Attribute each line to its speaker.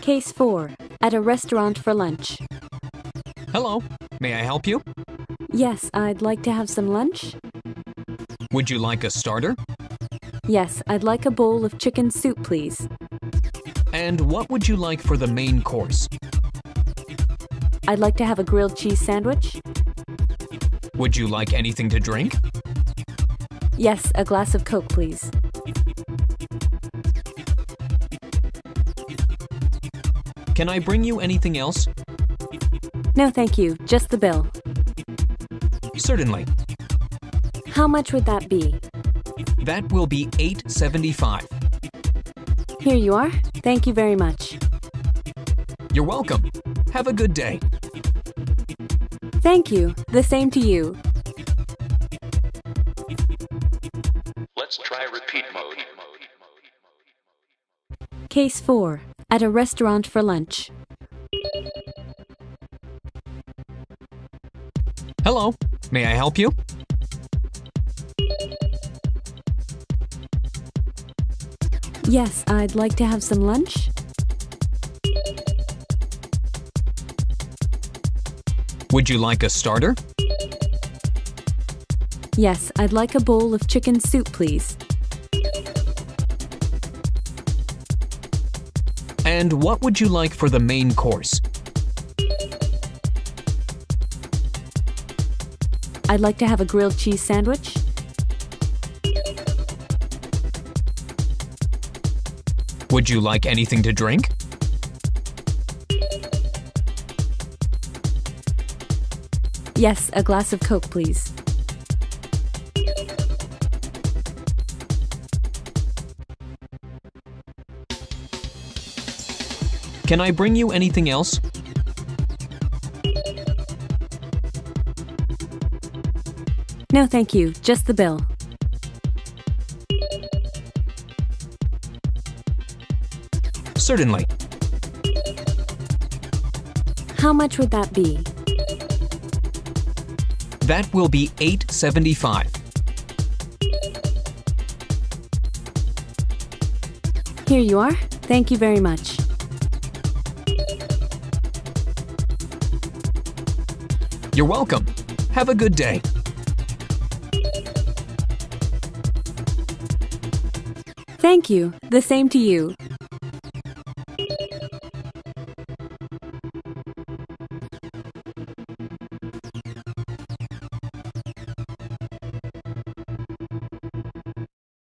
Speaker 1: Case 4. At a restaurant for lunch.
Speaker 2: Hello, may I help you?
Speaker 1: Yes, I'd like to have some lunch.
Speaker 2: Would you like a starter?
Speaker 1: Yes, I'd like a bowl of chicken soup, please.
Speaker 2: And what would you like for the main course?
Speaker 1: I'd like to have a grilled cheese sandwich.
Speaker 2: Would you like anything to drink?
Speaker 1: Yes, a glass of Coke, please.
Speaker 2: Can I bring you anything else?
Speaker 1: No, thank you. Just the bill.
Speaker 2: Certainly.
Speaker 1: How much would that be?
Speaker 2: That will be 875.
Speaker 1: Here you are. Thank you very much.
Speaker 2: You're welcome. Have a good day.
Speaker 1: Thank you. The same to you.
Speaker 3: Let's try repeat mode.
Speaker 1: Case 4. At a restaurant for lunch.
Speaker 2: Hello, may I help you?
Speaker 1: Yes, I'd like to have some lunch.
Speaker 2: Would you like a starter?
Speaker 1: Yes, I'd like a bowl of chicken soup, please.
Speaker 2: And what would you like for the main course?
Speaker 1: I'd like to have a grilled cheese sandwich.
Speaker 2: Would you like anything to drink?
Speaker 1: Yes, a glass of Coke, please.
Speaker 2: Can I bring you anything else?
Speaker 1: No, thank you. Just the bill.
Speaker 2: Certainly.
Speaker 1: How much would that be?
Speaker 2: That will be 875.
Speaker 1: Here you are. Thank you very much.
Speaker 2: You're welcome. Have a good day.
Speaker 1: Thank you. The same to you.